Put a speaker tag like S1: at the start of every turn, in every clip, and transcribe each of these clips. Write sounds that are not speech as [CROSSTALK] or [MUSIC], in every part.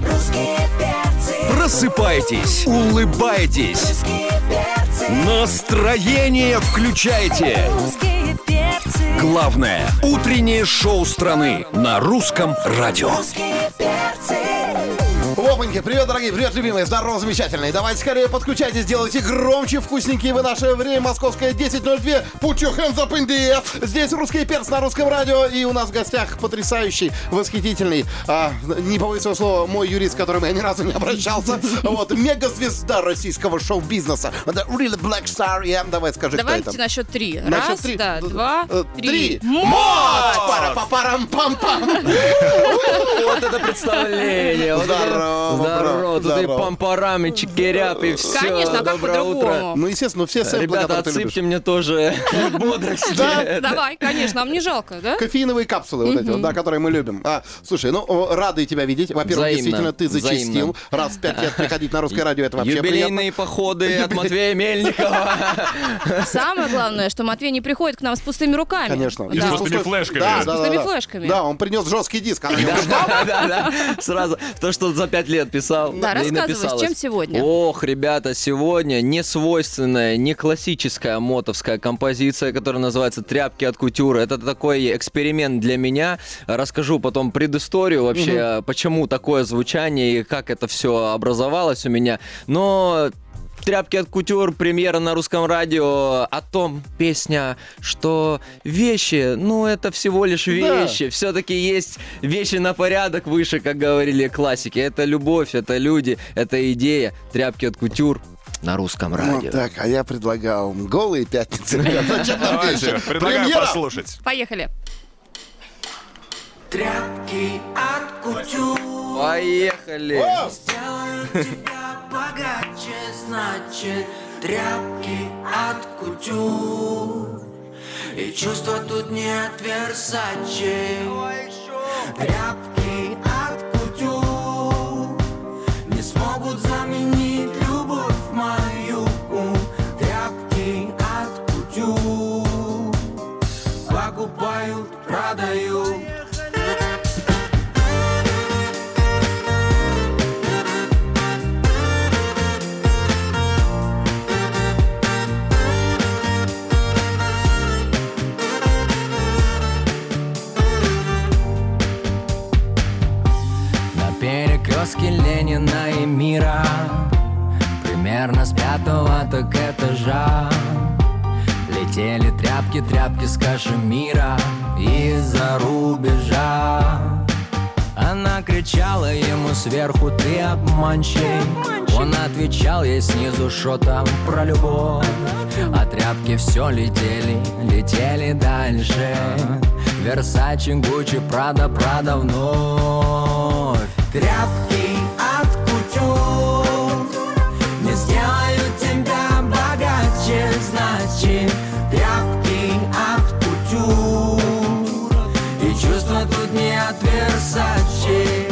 S1: Русские перцы.
S2: Просыпайтесь, улыбайтесь,
S1: Русские перцы.
S2: настроение включайте.
S1: Русские перцы.
S2: Главное – утреннее шоу страны на русском радио.
S1: Русские перцы.
S3: Опаньки, привет, дорогие, привет, любимые, здорово, замечательные. Давайте скорее подключайтесь, делайте громче, вкусненькие вы наше время, московское 10.02, put your hands up in the air. Здесь русский перц на русском радио, и у нас в гостях потрясающий, восхитительный, а, не побоюсь своего слова, мой юрист, к которому я ни разу не
S4: [LAUGHS]
S3: обращался, вот, мегазвезда российского шоу-бизнеса, The real black star, я, давай скажи, кто
S4: Давайте
S3: это.
S4: на счет три.
S3: На счет
S4: Раз,
S3: три.
S4: да,
S3: Д-
S4: два,
S3: э,
S4: три.
S3: Три. Пара, папарам, пам, пам.
S5: Вот это представление. Вот это-
S3: Здорово, брат,
S5: Здорово. Тут и
S3: здорово.
S5: пампарами, чекеряп, и все.
S4: Конечно, а как
S5: Доброе утро.
S4: по-другому?
S3: Ну, естественно, все сэмплы,
S5: Ребята,
S3: которые ты любишь.
S5: отсыпьте мне тоже бодрости.
S3: Да,
S4: Давай, конечно, нам не жалко, да?
S3: Кофеиновые капсулы вот эти вот, да, которые мы любим. А, слушай, ну, о, рады тебя видеть. Во-первых,
S5: Взаимно,
S3: действительно, ты зачистил.
S5: взаимно.
S3: Раз в пять лет приходить на русское радио, это вообще приятно.
S5: Юбилейные походы от
S3: [LAUGHS]
S5: Матвея Мельникова.
S4: Самое главное, что Матвей не приходит к нам с пустыми руками.
S3: Конечно.
S4: Да.
S6: И с
S3: Да.
S6: пустыми флешками.
S3: Да,
S6: С
S3: да,
S4: пустыми
S3: да, да.
S4: флешками.
S3: Да, он принес жесткий диск. А она его ждала.
S5: [LAUGHS] Да, да, да. Сразу то, что за пять лет писал.
S4: Да,
S5: мне и
S4: рассказывай, с
S5: написалось.
S4: чем сегодня?
S5: Ох, ребята, сегодня не свойственная, не классическая мотовская композиция, которая называется «Тряпки от кутюры». Это такой эксперимент для меня. Расскажу потом предысторию вообще, почему такое звучание и как это все образовалось у меня. Но Тряпки от кутюр, премьера на русском радио, о том песня, что вещи, ну это всего лишь вещи, все-таки есть вещи на порядок выше, как говорили классики, это любовь, это люди, это идея, тряпки от кутюр на русском
S3: Ну,
S5: радио.
S3: так, а я предлагал голые пятницы.
S5: [LAUGHS]
S3: ребят. Зачем нам
S6: Давайте,
S3: вечер?
S6: предлагаю
S3: Премьера.
S6: послушать.
S4: Поехали.
S1: Тряпки от кутюр
S5: Поехали!
S1: сделают тебя богаче, значит, тряпки от кутюр. И чувства тут не от Версаче. Тряпки от кутюр не смогут заменить любовь мою. Тряпки от кутюр покупают, продают.
S7: На перекрестке Ленина и Мира Примерно с пятого так этажа Летели тряпки, тряпки с кашемира Из-за рубежа Она кричала ему сверху «Ты обманщик!» Он отвечал ей снизу шотом про любовь А тряпки все летели, летели дальше Версачи, Гуччи, Прада, Прада вновь
S1: Тряпки от кутюр Не сделают тебя богаче, значит Тряпки от кутюр И чувства тут не от Versace.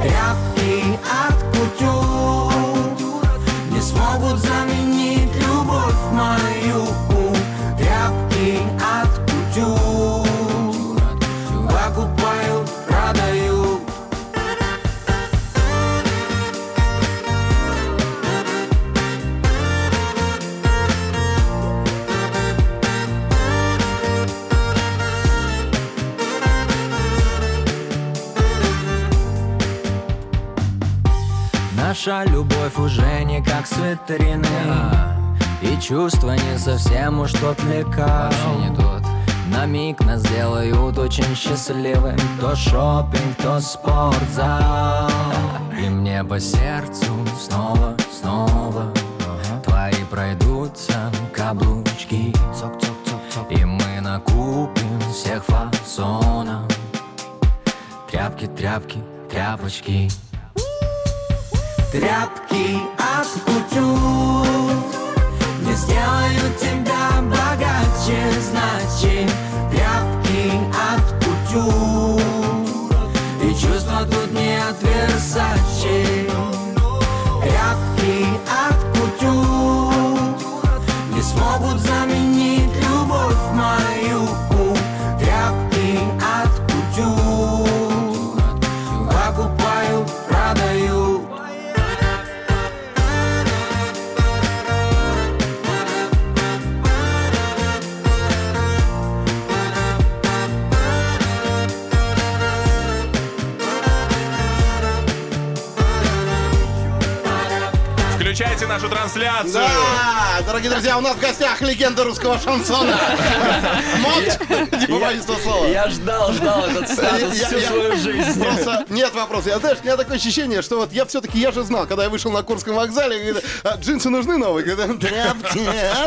S1: Тряпки от кутюр Не смогут заменить любовь мою Тряпки от кутюр Покупаю, продаю
S7: Наша любовь уже не как с витрины И чувство не совсем уж тот лекал На миг нас сделают очень счастливым То шопинг, то спортзал И мне по сердцу снова, снова Твои пройдутся каблучки И мы накупим всех фасонов Тряпки, тряпки, тряпочки
S1: Тряпки от кутюр Не сделают тебя богаче, значит Тряпки от кутюр И чувства тут не от Versace. Тряпки от кутюр Не смогут заменить любовь мою Тряпки от кутюр Покупаю,
S6: включайте нашу трансляцию.
S3: Да, дорогие друзья, у нас в гостях легенда русского
S5: [LAUGHS]
S3: шансона. Мот, не побоюсь этого слова.
S5: Я ждал, ждал этот статус
S3: Я-
S5: всю
S3: я-
S5: свою жизнь.
S3: Просто нет вопроса. Я, знаешь, у меня такое ощущение, что вот я все-таки, я же знал, когда я вышел на Курском вокзале, говорит, «А, джинсы нужны новые? Говорит, «Тряпки,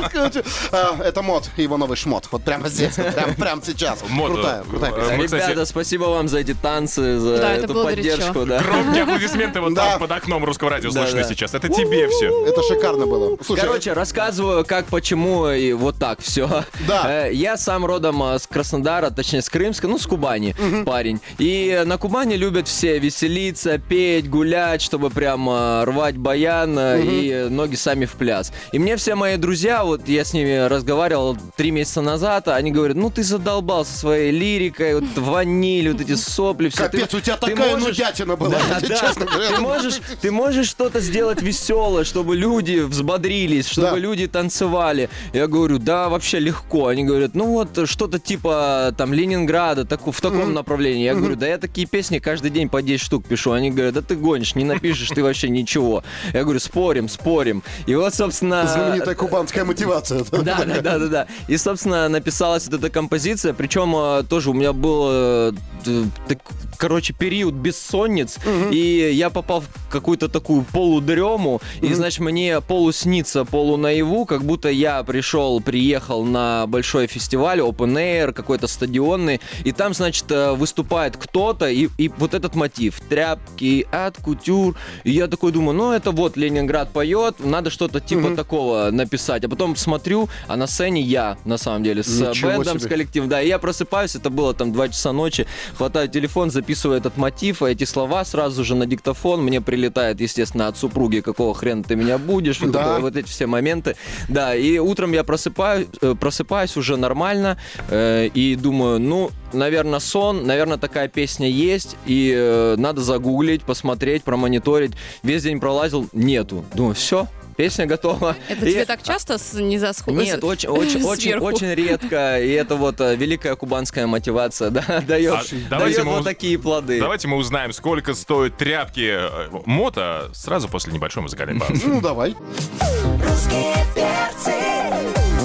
S3: откуда?» А, Это мод, его новый шмот. Вот прямо здесь, вот прям, прям сейчас.
S6: Мод,
S3: Крутая, крутая
S6: э,
S3: песня.
S6: Мы, кстати-
S5: Ребята, спасибо вам за эти танцы, за
S4: Да, это
S5: эту
S4: было
S5: поддержку.
S4: горячо.
S5: Да.
S6: Громкие аплодисменты вот
S3: Да.
S6: там под окном русского радио
S5: Да,
S6: слышно
S5: да.
S6: сейчас. Это тебе все.
S3: Это шикарно было. Слушай, э,
S5: Короче, рассказываю, как, почему и вот так все.
S3: Да.
S5: [LAUGHS] Я сам родом э, с Краснодара, точнее с Крымска, ну с Кубани парень. И э, на Кубани любят все веселиться, петь, гулять, чтобы прям э, рвать баян э, и э, ноги сами в пляс. И мне все мои друзья, вот я с ними разговаривал три месяца назад, а они говорят, ну ты задолбал со своей лирикой, вот ваниль, вот эти сопли, все.
S3: капец, у тебя такая нудятина была, я тебе
S5: Да,
S3: честно говоря.
S5: Ты
S3: это
S5: можешь, ты можешь что-то сделать веселое, чтобы люди взбодрились, чтобы
S3: Да.
S5: люди танцевали. Я говорю, да, вообще легко. Они говорят, ну вот что-то типа там Ленинграда, так, в таком направлении. Я говорю, да я такие песни каждый день по 10 штук пишу. Они говорят, да ты гонишь, не напишешь ты вообще ничего. Я говорю, спорим, спорим. И вот, собственно...
S3: Знаменитая кубанская мотивация.
S5: а,
S3: [LAUGHS]
S5: Да, да, да, да, да. И, собственно, написалась вот эта композиция. Причем э, тоже у меня был, э, т- так- короче, период бессонниц. И я попал в какую-то такую полудрему. И, значит, мне полуснится, полунаяву, как будто я пришел, приехал на большой фестиваль, open air, какой-то стадионный. И там, значит, э, выступает кто-то. И, и вот этот мотив. Тряпки от кутюр. И я такой думаю, ну это вот Ленинград поет, надо что-то типа такого написать. А потом смотрю, а на сцене я, на самом деле, с э,
S3: Ничего
S5: бэндом, с
S3: себе.
S5: коллективом. Да, и я просыпаюсь, это было там 2 часа ночи, хватаю телефон, записываю этот мотив, а эти слова сразу же на диктофон. Мне прилетает, естественно, от супруги, какого хрена ты меня будешь, вот,
S3: Да.
S5: такое, вот эти все моменты. Да, и утром я просыпаюсь, э, просыпаюсь уже нормально э, и думаю, ну, наверное, сон, наверное, такая песня есть, и э, надо загуглить, посмотреть, промониторить. Весь день пролазил, нету. Думаю, все, песня готова.
S4: Это
S5: И-
S4: тебе так часто с- не засху?
S5: Нет,
S4: [LAUGHS]
S5: очень, очень, очень,
S4: сверху.
S5: очень редко. И это вот э, великая кубанская мотивация, да, [LAUGHS] дает,
S6: А, давайте
S5: дает
S6: мы
S5: вот
S6: уз-
S5: такие плоды.
S6: Давайте мы узнаем, сколько стоят тряпки э, мото сразу после небольшой музыкальной паузы.
S3: Ну, давай.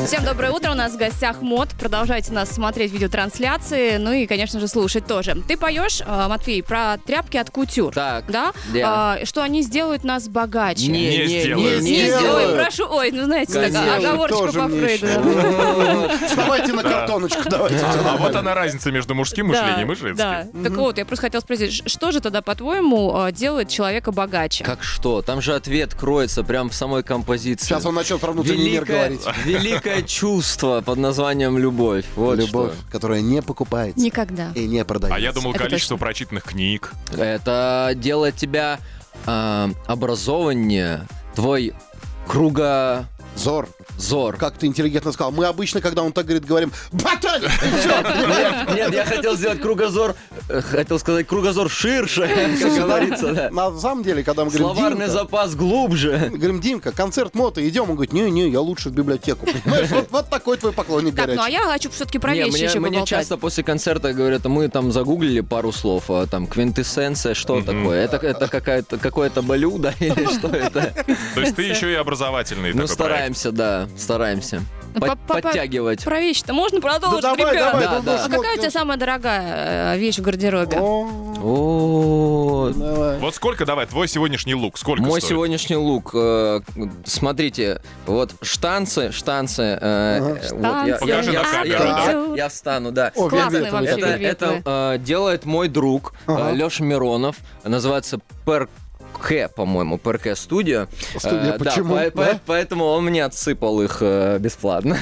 S4: Всем доброе утро, у нас в гостях МОД. Продолжайте нас смотреть видеотрансляции, ну и, конечно же, слушать тоже. Ты поешь, э, Матвей, про тряпки от кутюр.
S5: Так,
S4: Да?
S5: да.
S4: А, что они сделают нас богаче.
S6: Не сделаю.
S3: Не
S4: Не
S3: сделаю.
S4: сделай, прошу. Ой, ну знаете, так,
S5: Конечно,
S4: оговорочка
S3: тоже
S4: по
S3: мне
S4: Фрейду.
S3: еще.
S4: да.
S3: Вставайте на картоночку, давайте. всё
S6: А вот
S3: нормально.
S6: она разница между мужским
S4: Да,
S6: мышлением и женским.
S4: Да. Так вот, я просто хотела спросить, ш- что же тогда, по-твоему, э, делает человека богаче?
S5: Как что? Там же ответ кроется прямо в самой композиции.
S3: Сейчас он начнет про внутренний Ну, мир
S5: великое,
S3: говорить.
S5: [LAUGHS] великое чувство под названием любовь. Вот
S3: Любовь, которая не покупается
S4: Никогда.
S5: Э,
S3: и не продается.
S6: А я думал,
S4: Это
S6: количество прочитанных книг.
S5: что. Это делает тебя э, образованнее, твой кругозор.
S3: Зор, как ты интеллигентно сказал. Мы обычно, когда он так говорит, говорим «Батон!»
S5: Нет, нет, я хотел сделать кругозор, э, хотел сказать кругозор ширше, [LAUGHS] как говорится, да.
S3: На самом деле, когда мы говорим
S5: Словарный
S3: «Димка»,
S5: запас глубже.
S3: говорим, Димка, концерт мото, идем. Он говорит, не-не, я лучше в библиотеку. Понимаешь, вот, вот такой твой поклонник
S4: Так, ну а
S3: горячий.
S4: я хочу все-таки про
S5: Не,
S4: вещи
S5: мне,
S4: еще
S5: мне
S4: поболтать.
S5: часто после концерта говорят, мы там загуглили пару слов, а там квинтэссенция, что такое? Это, это какая-то, какое-то блюдо [LAUGHS] или что это?
S4: [LAUGHS]
S6: То есть ты еще и образовательный
S5: Ну,
S6: такой проект.
S5: стараемся, да, стараемся.
S4: Ну,
S5: Под-
S4: по- по-
S5: Подтягивать.
S4: Про вещи-то можно продолжить,
S3: Ну, давай,
S4: ребят?
S3: давай,
S5: Да,
S3: давай,
S5: да.
S4: А
S3: смотри.
S4: какая у тебя самая дорогая э, вещь в гардеробе?
S3: О,
S5: О,
S3: давай.
S6: Вот сколько, давай, твой сегодняшний лук, сколько
S5: Мой
S6: стоит?
S5: сегодняшний лук, э, смотрите, вот штанцы, штанцы. э, э, вот я- я-
S6: Покажи
S5: я-
S6: на камеру,
S5: я-
S4: да.
S5: я- Я встану, да.
S3: О,
S4: Классный
S3: вельвет
S4: вообще.
S3: у
S5: Это,
S3: тебя.
S4: вельветовые.
S5: это, э, делает мой друг
S3: Ага.
S5: Леша Миронов. Называется Перк. по-моему, ПРК студия.
S3: Студия,
S5: да,
S3: почему?
S5: по- по-
S3: Да?
S5: поэтому он мне отсыпал их э, бесплатно.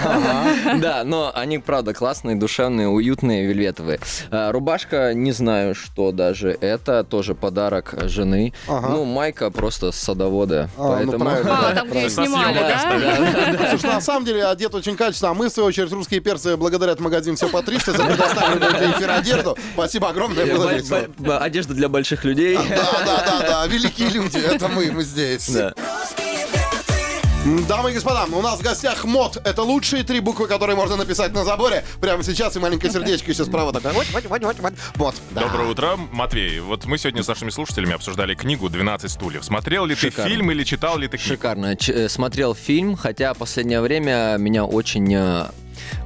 S5: [LAUGHS] да, но они, правда, классные, душевные, уютные, вельветовые. Э, рубашка, не знаю, что даже. Это тоже подарок жены.
S3: Ага.
S5: Ну, майка просто с садовода.
S3: А, ну,
S5: поэтому...
S3: правильно.
S5: [LAUGHS]
S4: А, там, где
S6: Со
S4: снимали,
S6: съемок
S4: да?
S6: оставили.
S3: Слушай, на самом деле одет очень качественно. А мы, в свою очередь, русские перцы, благодарят магазин «Все по 300» за предоставленную для эфира одежду. Спасибо [LAUGHS] огромное,
S5: Бо-
S3: было
S5: бо-
S3: весело.
S5: бо- Одежда для больших
S3: А,
S5: людей.
S3: Да, да, да, да, великие люди, это мы, мы здесь.
S5: Да.
S1: Русские перцы.
S3: Дамы и господа, у нас в гостях мод. Это лучшие три буквы, которые можно написать на заборе. Прямо сейчас и маленькое сердечко еще справа такое. Вот, вот, вот, вот, вот. Мод. Да.
S6: Доброе утро, Матвей. Вот мы сегодня с нашими слушателями обсуждали книгу «12 стульев». Смотрел ли
S5: Шикарно.
S6: ты фильм или читал ли ты книгу?
S5: Шикарно. Ч- э, смотрел фильм, хотя последнее время меня очень э,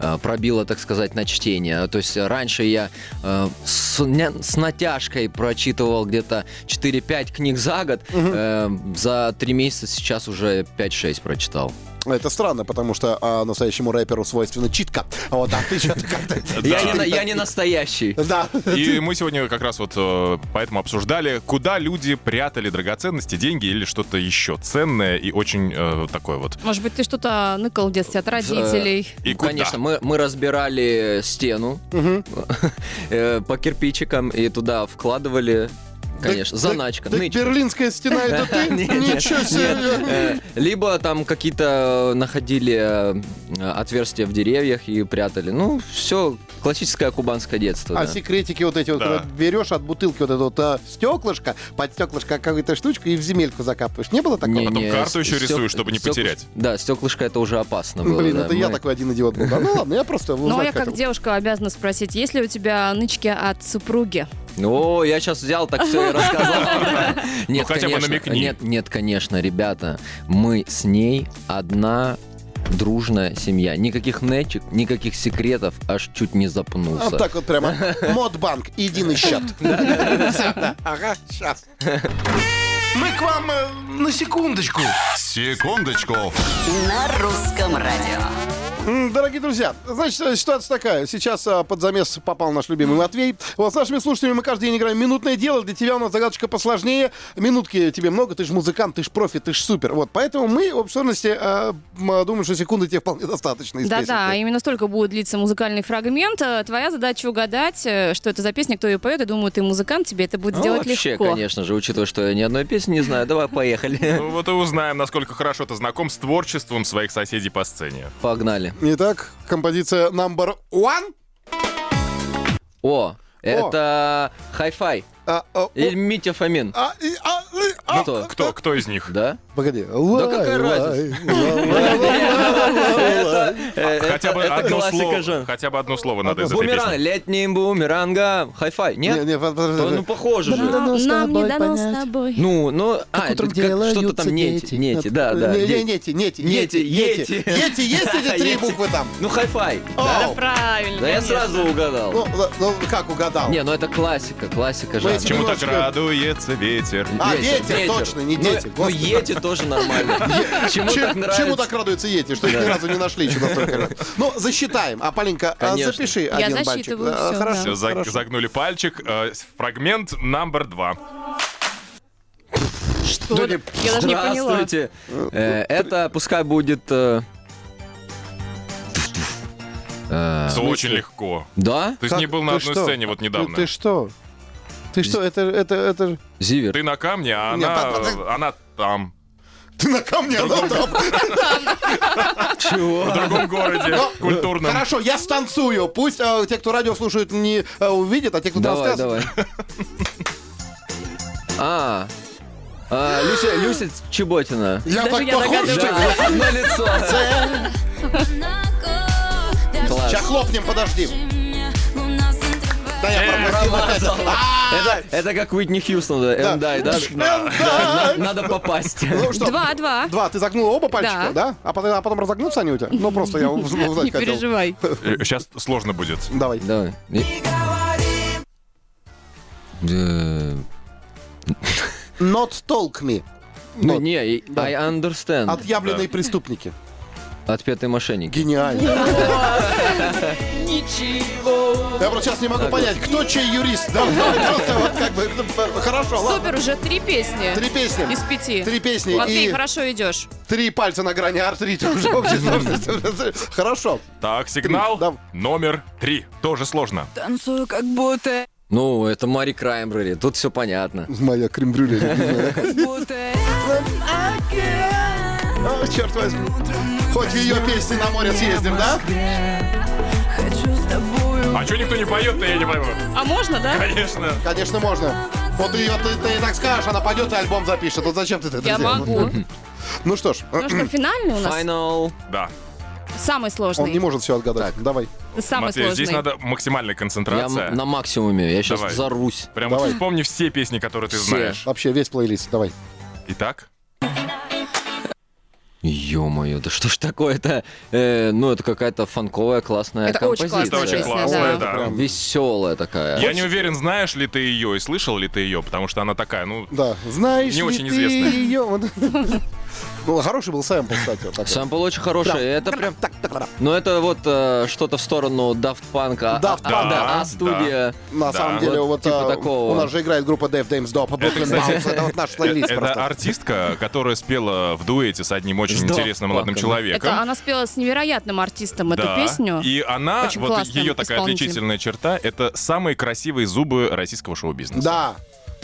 S5: э, пробило, так сказать, на чтение. То есть э, раньше я э, с, ня- с натяжкой прочитывал где-то 4-5 книг за год. Э, за 3 месяца сейчас уже 5-6 прочитал.
S3: Это странно, потому что а, настоящему рэперу свойственна читка. Вот, а ты что-то как-то... [LAUGHS]
S5: Я не, на- я не настоящий.
S3: Да.
S6: И мы сегодня как раз вот э, поэтому обсуждали, куда люди прятали драгоценности, деньги или что-то еще ценное и очень э, такое вот.
S4: Может быть, ты что-то ныкал в детстве
S5: Э,
S4: от родителей.
S6: И
S5: Ну,
S6: куда?
S5: Конечно, мы, мы разбирали стену [LAUGHS] э, по кирпичикам и туда вкладывали, конечно,
S3: Так-
S5: заначка, Ну
S3: так
S5: нычка.
S3: Берлинская стена, это ты?
S5: [LAUGHS] Нет, нет,
S3: Ничего себе.
S5: Э, Либо там какие-то находили э, отверстия в деревьях и прятали. Ну, все классическое кубанское детство.
S3: А
S5: да.
S3: секретики вот эти вот,
S6: Да.
S3: когда берешь от бутылки вот это вот а, стеклышко, под стеклышко какую-то штучку и в земельку закапываешь. Не было такого?
S5: Не,
S6: Потом
S5: не,
S6: карту
S5: с-
S6: еще
S5: стек-
S6: рисую, чтобы не потерять.
S5: Да, стеклышко это уже опасно было.
S3: Блин,
S5: да.
S3: это я
S5: Мы-
S3: такой один идиот был. Да ну ладно, я просто
S4: Ну, а
S3: узнать
S4: я как
S3: хотел.
S4: девушка обязана спросить, есть ли у тебя нычки от супруги?
S5: О, я сейчас взял,
S3: [LAUGHS]
S5: так все и рассказал. Нет,
S6: Ну, хотя бы
S5: конечно,
S6: намекни.
S5: Нет, нет, конечно, ребята, мы с ней одна дружная семья. Никаких нечек, никаких секретов, аж чуть не запнулся.
S3: Вот А, так вот
S5: [LAUGHS]
S3: прямо. Модбанк, единый счет. Ага, сейчас.
S8: Мы к вам э, на секундочку. Секундочку.
S9: На русском радио.
S3: М, Дорогие друзья, значит, э, ситуация такая. Сейчас а, под замес попал наш любимый Матвей. Вот с нашими слушателями мы каждый день играем «Минутное дело». Для тебя у нас загадочка посложнее. Минутки тебе много, ты же музыкант, ты же профи, ты же супер. Вот, поэтому мы, в обширности, э, м, думаем, что секунды тебе вполне достаточно из
S4: Да-да,
S3: песенки.
S4: именно столько будет длиться музыкальный фрагмент. Э, Твоя задача угадать, э, что это за песня, кто ее поет. Я думаю, ты музыкант, тебе это будет
S5: Ну,
S4: делать
S5: вообще,
S4: легко.
S5: конечно же, учитывая, что я ни одной песни не знаю.
S3: [LAUGHS]
S5: Давай, поехали.
S6: Ну вот и узнаем, насколько хорошо ты знаком с творчеством своих соседей по сцене.
S5: Погнали.
S3: Итак, композиция number one.
S5: О, это хай-фай.
S3: А, а,
S5: Или Митя Фомин.
S3: а, и, а, и, а.
S5: Кто?
S6: Кто, кто из них?
S5: Да?
S3: Погоди.
S5: Да какая
S6: Хотя бы
S5: [LAUGHS] э, это
S6: одно
S5: классика
S6: слово.
S5: жанра.
S6: Хотя бы одно слово надо из этой
S5: Бумеранг,
S6: песни.
S5: летним бумерангом. Хай-фай,
S3: Не,
S5: нет?
S3: не, под- под-
S5: Ну,
S3: под-
S5: похоже же.
S4: Нам,
S3: с
S4: нам не
S3: тобой
S4: дано с
S3: понять.
S4: тобой.
S5: Ну, ну, а,
S3: утром
S5: это как- что-то
S3: делаются
S5: там нети, нети, да, да.
S3: Не, не,
S5: лети.
S3: нети, нети,
S5: Нети,
S3: нети,
S5: ети.
S3: нети. Ети, есть эти три
S5: Ети.
S3: буквы там?
S5: Ну, хай-фай.
S4: Да,
S3: Оу.
S4: правильно.
S5: Да я
S4: конечно.
S5: сразу угадал.
S3: Ну, да, ну, как угадал?
S5: Не, ну это классика, классика жанра.
S3: этим-
S6: Чему так
S3: Немножко.
S6: радуется ветер.
S3: А, ветер, точно, не
S5: Ну,
S3: дети,
S5: Ну,
S3: господи.
S5: ети тоже
S3: [LAUGHS]
S5: нормально. Чему
S3: Чем- Чему
S5: так нравится?
S3: так радуются Ети, что их ни разу не нашли еще настолько раз? Ну, засчитаем. А, Паленька, а,
S5: Конечно.
S3: запиши
S4: Я
S3: один мальчик. А,
S4: засчитываю всё,
S6: Всё,
S3: Хорошо,
S6: за-
S3: хорошо.
S6: загнули пальчик. Э, Фрагмент номер два.
S4: Что?
S3: Ну, не-
S4: Я даже не поняла.
S5: Здравствуйте. Э, Это пускай будет... э, э,
S6: Это очень легко.
S5: Да?
S6: Ты с ней
S3: Как-
S6: был на
S3: ты
S6: одной
S3: что?
S6: сцене вот
S3: Ты-
S6: недавно.
S3: Ты что? Ты что, это, это, это... же-
S5: Зивер.
S6: Ты на камне, а
S3: Не,
S6: она,
S3: под- под-
S6: она там,
S3: Ты на камне, она там.
S5: Чего?
S6: в другом городе, культурном.
S3: Ну, Хорошо, я станцую. Пусть э, те, кто радио слушают, не э, увидят, а те, кто
S5: Давай,
S3: трансляцию-
S5: давай. А, а, Люся, Люся Чеботина.
S3: Я
S4: Даже
S3: так
S4: я
S3: похож, что ли?
S5: Да, одно лицо. Класс.
S3: Сейчас хлопнем, подожди. Да я пропустил опять.
S5: Э,
S3: А,
S5: Это, это как Уитни Хьюстон, да, Эм, дай, да?
S3: Да.
S5: Надо, надо попасть.
S3: Ну что,
S4: Два-два.
S3: Два, ты загнула оба пальчика,
S4: Да.
S3: да? А потом, а потом разогнутся они у тебя? Ну, просто я
S4: Не
S3: узнать хотел.
S4: переживай.
S6: Сейчас Э, сложно будет.
S3: Давай.
S5: Давай. И- Да.
S3: Not talk me.
S5: Ну
S3: Вот.
S5: не, I understand.
S3: Отъявленные преступники.
S5: Отпетые мошенники.
S3: Гениально. Я просто сейчас не могу понять, кто чей юрист. [LAUGHS] Да, да, просто вот как бы, ну, Хорошо, ладно.
S4: Супер, уже три песни.
S3: Три песни.
S4: Из пяти.
S3: Три песни
S4: Матвей,
S3: и
S4: хорошо идешь.
S3: три пальца на грани артрита уже общей [LAUGHS] сложности. Хорошо.
S6: Так, сигнал
S3: Три, дав-
S6: номер три. Тоже сложно.
S9: Танцую как будто,
S5: Ну, это Мари Краймбрери, тут все понятно.
S3: Моя крем-брюле любимая.
S9: как будто.
S3: А, [LAUGHS] Черт возьми. Хоть в ее песни на море съездим, да?
S9: Хочу с тобою.
S6: А что никто не поет-то, я не пойму.
S4: А можно, да?
S6: Конечно.
S3: Конечно, можно. Вот ее ты, ты и так скажешь, она пойдет и альбом запишет. Вот зачем ты это
S4: Я
S3: сделала?
S4: могу.
S3: Ну что ж,
S4: Ну что, финальный у нас
S5: Final.
S6: Да.
S4: самый
S3: он
S4: сложный.
S3: не может все отгадать. Давай.
S4: Самый
S6: Матвей,
S4: сложный.
S6: здесь надо максимальная
S5: Я
S6: концентрация.
S5: м- на максимуме, я сейчас
S6: Давай.
S5: взорвусь.
S6: Прям
S3: Давай.
S6: вот вспомни все песни, которые ты
S5: Все.
S6: знаешь.
S3: Вообще весь плейлист, давай.
S6: Итак,
S5: Ё-моё, да что ж такое-то? Э, ну, это какая-то фанковая классная
S4: Это очень
S5: композиция.
S6: это
S4: классная
S6: очень
S4: песня,
S6: классная,
S4: да.
S6: да.
S3: Прям.
S5: Веселая такая.
S6: Я не уверен, знаешь ли ты ее и слышал ли ты ее, потому что она такая, ну,
S3: Да. Знаешь
S6: Не
S3: ли ты
S6: очень известная.
S3: её? [LAUGHS] Ну, хороший был сэмпл, кстати. вот такой.
S5: Сэмпл очень хороший, это прям... Ну, это вот э, что-то в сторону Daft Punk. а-
S3: Daft
S5: а-
S6: Punk,
S5: да,
S6: да.
S5: а студия...
S3: На
S6: Да.
S3: самом деле,
S5: Вот
S3: вот
S5: типа
S3: а,
S5: такого.
S3: у нас же играет группа Dave Dames Dop, Brooklyn Bounce. Это вот наш плейлист
S6: э, это
S3: просто.
S6: артистка, которая спела в дуэте с одним очень
S5: С Daft
S6: интересным молодым
S5: Punk'ом.
S6: человеком.
S4: Это она спела с невероятным артистом эту
S6: Да.
S4: песню.
S6: И она,
S4: Очень
S6: вот
S4: классным
S6: ее такая
S4: исполнителем.
S6: отличительная черта, это самые красивые зубы российского шоу-бизнеса.
S3: Да.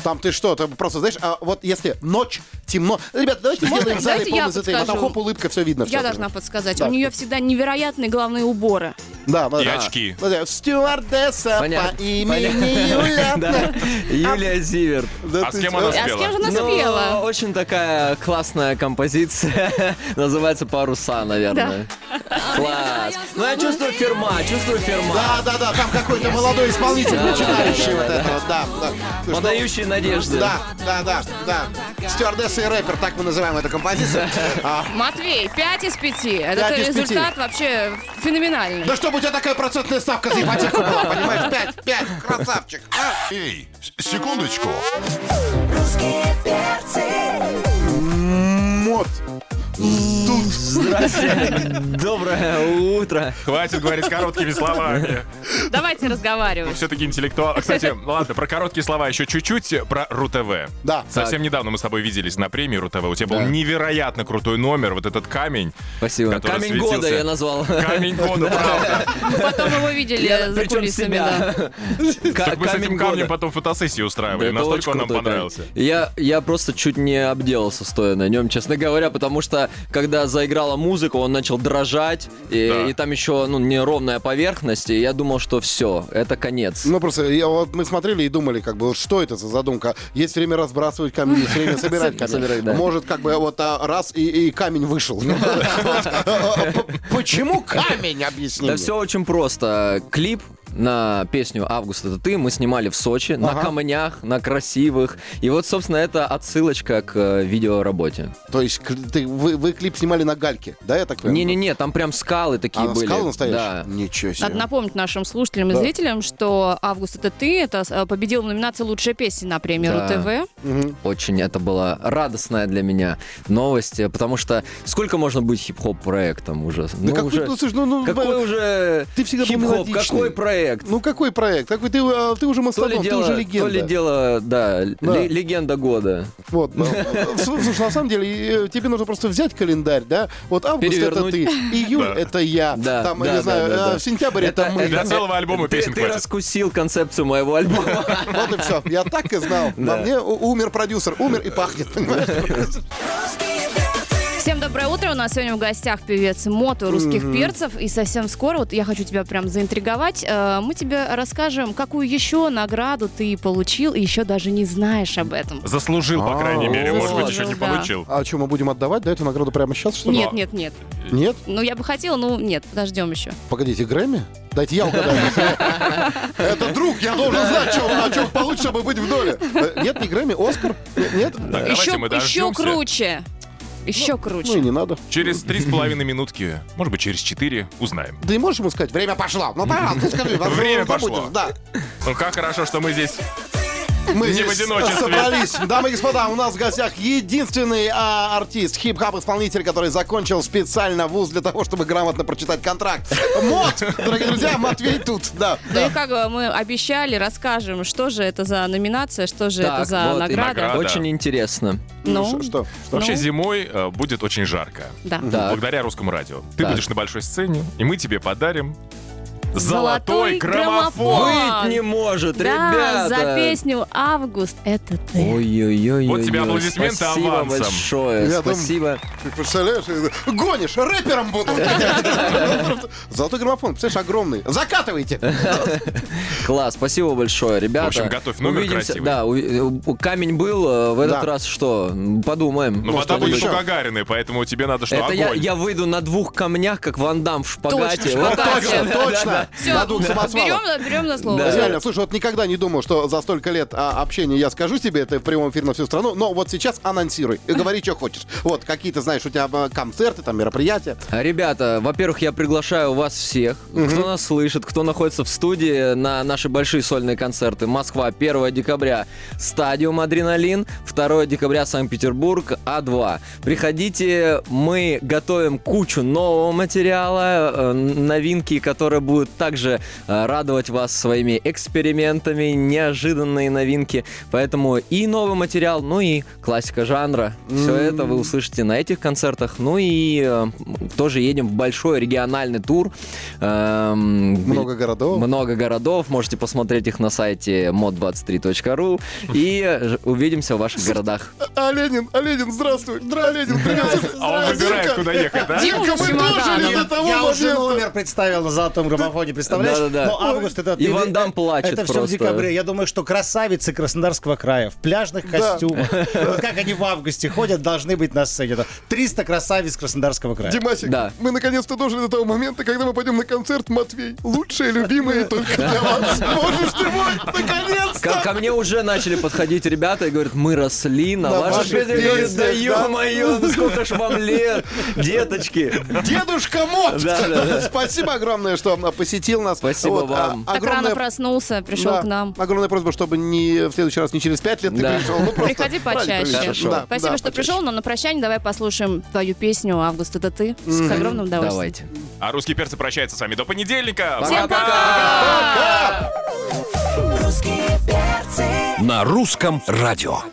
S3: Там ты что, ты просто, знаешь, а вот если ночь, темно... Ребята, давайте
S4: Можно-
S3: сделаем в зале
S4: давайте я
S3: полный затейм, а там
S4: подскажу.
S3: хоп, улыбка, все видно. всё.
S4: Я должна подсказать.
S3: Да.
S4: У нее всегда невероятные главные уборы.
S3: Да, да,
S6: И
S3: да.
S6: очки.
S3: Да, да. Стюардесса
S5: Понятно.
S3: по имени Юля.
S5: [LAUGHS] Да. Юлия Зиверт.
S3: Да
S6: А
S3: ты
S6: с кем
S3: чё?
S6: она
S4: А с
S6: спела?
S4: кем же она
S5: Ну,
S4: спела?
S5: очень такая классная композиция. [LAUGHS] Называется «Паруса», наверное. Класс. Ну, я чувствую фирма, чувствую фирма.
S3: Да, да, да, там какой-то молодой исполнитель,
S5: Да, да,
S3: начинающий
S5: да,
S3: вот
S5: да,
S3: это вот, да. да. Слушай, ну,
S5: Подающие надежды.
S3: Да, да, да, да. Стюардесса и рэпер, так мы называем эту
S5: [LAUGHS]
S3: композицию. А,
S4: Матвей, 5 из 5.
S3: Пять
S4: Этот
S3: из пяти.
S4: результат вообще феноменальный.
S3: Ну чтобы у тебя такая процентная ставка за ипотеку была, понимаешь? Пять, пять, красавчик. а?
S8: Эй, с- секундочку.
S9: Русские перцы.
S3: Мод.
S5: Здрасте. Доброе утро.
S6: Хватит говорить
S5: [LAUGHS]
S6: короткими словами.
S4: Давайте
S6: Ну,
S4: разговаривать.
S6: все-таки интеллектуал. а, Кстати,
S4: [LAUGHS]
S6: ладно, про короткие слова еще чуть-чуть. Про РУ-ТВ.
S3: Да.
S6: Совсем недавно мы с тобой виделись на премии РУ-ТВ. У тебя был невероятно крутой номер. Вот этот камень.
S5: Спасибо.
S6: который
S5: Камень
S6: светился.
S5: года я назвал. [LAUGHS]
S6: Камень года, правда.
S4: Мы потом его видели за
S5: причем
S4: кулисами.
S5: себя.
S4: да.
S5: Ка-
S6: Так мы с этим
S5: года.
S6: камнем потом фотосессии
S5: Да
S6: устраивали.
S5: это
S6: Настолько
S5: очень
S6: он нам
S5: крутой камень.
S6: понравился.
S5: Я, я просто чуть не обделался стоя на нем, честно говоря, потому что когда заиграла музыка, он начал дрожать, и,
S6: Да.
S5: и там еще ну, неровная поверхность, и я думал, что все, это конец.
S3: Ну просто я, вот мы смотрели и думали, как бы, вот что это за задумка. Есть время разбрасывать камни, есть время
S5: [LAUGHS]
S3: собирать камни.
S5: Собирать, да. Ну,
S3: Может, как бы вот а, раз и, и камень вышел. [LAUGHS] Вот. П- Почему камень? Объясни.
S5: Да
S3: мне.
S5: все очень просто. Клип на песню «Август это ты» мы снимали в Сочи, на камнях, на красивых. И вот, собственно, это отсылочка к э, видеоработе.
S3: То есть к- ты- вы вы клип снимали на гальке, да, я так понимаю?
S5: Не-не-не, там прям скалы такие
S3: А,
S5: были.
S3: скалы
S5: Да.
S3: настоящие? Ничего
S4: Надо
S3: себе.
S4: напомнить нашим слушателям и
S3: Да.
S4: зрителям, что «Август, это ты» это э, победил в номинации «Лучшая песня» на премию
S5: Да.
S4: РУ-ТВ.
S3: Мгм.
S5: Очень это была радостная для меня новость, э, потому что сколько можно быть хип-хоп проектом уже?
S3: Да
S5: Ну,
S3: какой,
S5: уже-
S3: ну, слушай, ну, ну,
S5: какой уже
S3: ты всегда был
S5: хип-хоп,
S3: мелодичный.
S5: какой проект?
S3: Ну какой проект? Какой ты, а, ты уже
S5: То ли,
S3: мастодон, ты
S5: дело,
S3: уже
S5: то
S3: легенда.
S5: ли дело, да, л-
S3: Да.
S5: ле- легенда года.
S3: Вот. ну, [LAUGHS] э, Слушай, на самом деле, э, тебе нужно просто взять календарь, да? Вот август это
S5: Перевернуть.
S3: ты, июль
S6: Да.
S3: это я,
S5: Да,
S3: там,
S5: да,
S3: не
S5: да,
S3: знаю,
S5: да,
S3: э,
S5: да.
S3: в сентябре это мы.
S5: [LAUGHS]
S6: Для целого альбома
S5: ты,
S6: песен
S5: ты
S6: хватит.
S5: раскусил концепцию моего альбома.
S3: Вот и все. Я так и знал. На мне у- умер продюсер, умер и пахнет, понимаешь?
S4: Всем доброе утро. У нас сегодня в гостях певец Мото русских перцев. И совсем скоро, вот я хочу тебя прям заинтриговать, э, мы тебе расскажем, какую еще награду ты получил и еще даже не знаешь об этом.
S6: Заслужил, по
S5: А,
S6: крайней мере. Может быть, еще не
S4: заслужил, да.
S6: получил.
S3: А что, мы будем отдавать, да, эту награду прямо сейчас, что ли?
S4: Нет, нет, нет.
S3: Нет?
S4: Ну, я бы хотела, ну, нет, подождем еще.
S3: Погодите, Грэмми? Дайте я угадаю. [LAUGHS] Это друг, я должен знать, что он- о чем получит, чтобы быть в доле. Э, Нет, не Грэмми, Оскар? Нет?
S6: Так,
S4: еще,
S6: давайте мы
S4: еще
S6: дождемся.
S4: круче. Еще круче.
S3: Ну и не надо.
S6: Через три с половиной минутки, может быть, через четыре, узнаем.
S3: Да и можешь ему сказать, время пошло. Ну, пожалуйста, скажи, возможно,
S6: Время
S3: забудешь.
S6: пошло.
S3: Да.
S6: Ну, как хорошо, что мы здесь.
S3: Мы
S6: Не
S3: здесь
S6: в одиночестве.
S3: собрались. Дамы и господа, у нас в гостях единственный а, артист, хип-хап-исполнитель, который закончил специально вуз для того, чтобы грамотно прочитать контракт. Мот, дорогие друзья, Матвей тут, да.
S4: Ну и как э, мы обещали, расскажем, что же это за номинация, что же это
S5: Так,
S4: за
S5: вот и
S4: награда.
S6: награда.
S5: Очень интересно.
S4: Ну,
S3: Ш- Что? что?
S6: Вообще
S4: Ну.
S6: зимой э, будет очень жарко.
S4: да.
S5: Так.
S6: Благодаря русскому радио. Ты
S5: Так.
S6: будешь на большой сцене, и мы тебе подарим Золотой граммофон.
S4: граммофон.
S5: Быть не может,
S4: Да,
S5: ребята.
S4: за песню «Август» это ты.
S5: Ой-ой-ой.
S6: Вот тебе аплодисменты
S5: Спасибо
S6: авансом.
S5: большое.
S3: Я там-
S5: спасибо.
S3: Ты представляешь, э, гонишь, рэпером
S4: [LAUGHS]
S3: буду. Золотой граммофон, представляешь, огромный. Закатывайте.
S5: Класс, спасибо большое, ребята.
S6: В общем, готовь номер
S5: Увидимся.
S6: красивый.
S5: Да, уви- камень был, э, в этот
S3: Да.
S5: раз что? Подумаем.
S6: Ну, вода будет
S5: что-нибудь.
S6: у Гагарины, поэтому тебе надо что,
S5: Это я,
S6: огонь.
S5: я выйду на двух камнях, как Ван Дам в шпагате.
S4: Точно,
S5: Вот
S4: шпагат.
S5: так.
S3: Точно,
S4: да,
S3: точно.
S4: Все,
S3: На двух самосвалов.
S4: берем, берем на слово.
S5: Да.
S3: Реально, слушай, вот никогда не думал, что за столько лет а, общения я скажу тебе это в прямом эфире на всю страну, но вот сейчас анонсируй и говори, что хочешь. Вот, какие-то, знаешь, у тебя а, концерты, там, мероприятия.
S5: А, Ребята, во-первых, я приглашаю вас всех, кто нас слышит, кто находится в студии на наши большие сольные концерты. Москва, 1 декабря стадиум Адреналин, 2 декабря Санкт-Петербург, А2. Приходите, мы готовим кучу нового материала, э, новинки, которые будут также э, радовать вас своими экспериментами, неожиданные новинки. Поэтому и новый материал, ну и классика жанра. Все это вы услышите на этих концертах. Ну и э, тоже едем в большой региональный тур. Эм,
S3: Много городов.
S5: Много городов. Можете посмотреть их на сайте mod23.ru. И ж- увидимся в ваших городах.
S3: Оленин, Оленин, а, здравствуй. Да, Оленин, привет.
S6: А он выбирает, куда ехать, да?
S4: Девушка
S3: Девушка,
S4: с
S3: мы
S4: чемоданом.
S3: дожили до
S10: Я,
S3: того
S10: я уже
S3: момента.
S10: номер представил на золотом граммофоне, представляешь?
S5: Да-да-да.
S10: Но август это...
S5: И Ван Дам плачет
S10: Это все
S5: просто.
S10: в декабре. Я думаю, что красавицы Краснодарского края в пляжных костюмах.
S5: [LAUGHS]
S10: Вот как они в августе ходят, должны быть на сцене. Да. 300 красавиц Краснодарского края.
S3: Димасик,
S5: Да.
S3: мы наконец-то дожили до того момента, когда мы пойдем на концерт Матвей. Лучшие, любимые только для вас. Можешь ты мой, наконец-то!
S5: Ко, ко мне уже начали подходить ребята и говорят, мы росли на,
S3: На
S5: ваших
S3: ваших
S5: песнях». Я говорю,
S3: песнях,
S5: да
S3: да».
S5: ё-моё, ну сколько ж вам лет, деточки.
S3: Дедушка Мот!
S5: Да, да,
S3: Спасибо огромное, что а, посетил нас.
S5: Спасибо
S3: Вот, а,
S5: вам.
S4: Так рано
S3: огромная-
S4: проснулся, пришел
S3: да,
S4: к нам.
S3: Огромная просьба, чтобы не в следующий раз не через пять лет ты
S5: Да.
S3: пришел. ну, просто
S4: Приходи
S3: правильно
S4: почаще.
S3: повесишь.
S5: Хорошо.
S3: Да,
S4: Спасибо,
S3: да,
S4: что
S3: почаще.
S4: пришел, но на прощание давай послушаем твою песню «Август, это ты» с огромным удовольствием.
S5: Давайте.
S6: А русские перцы прощаются с вами до понедельника.
S4: Всем пока!
S9: русские перцы.
S2: На русском радио.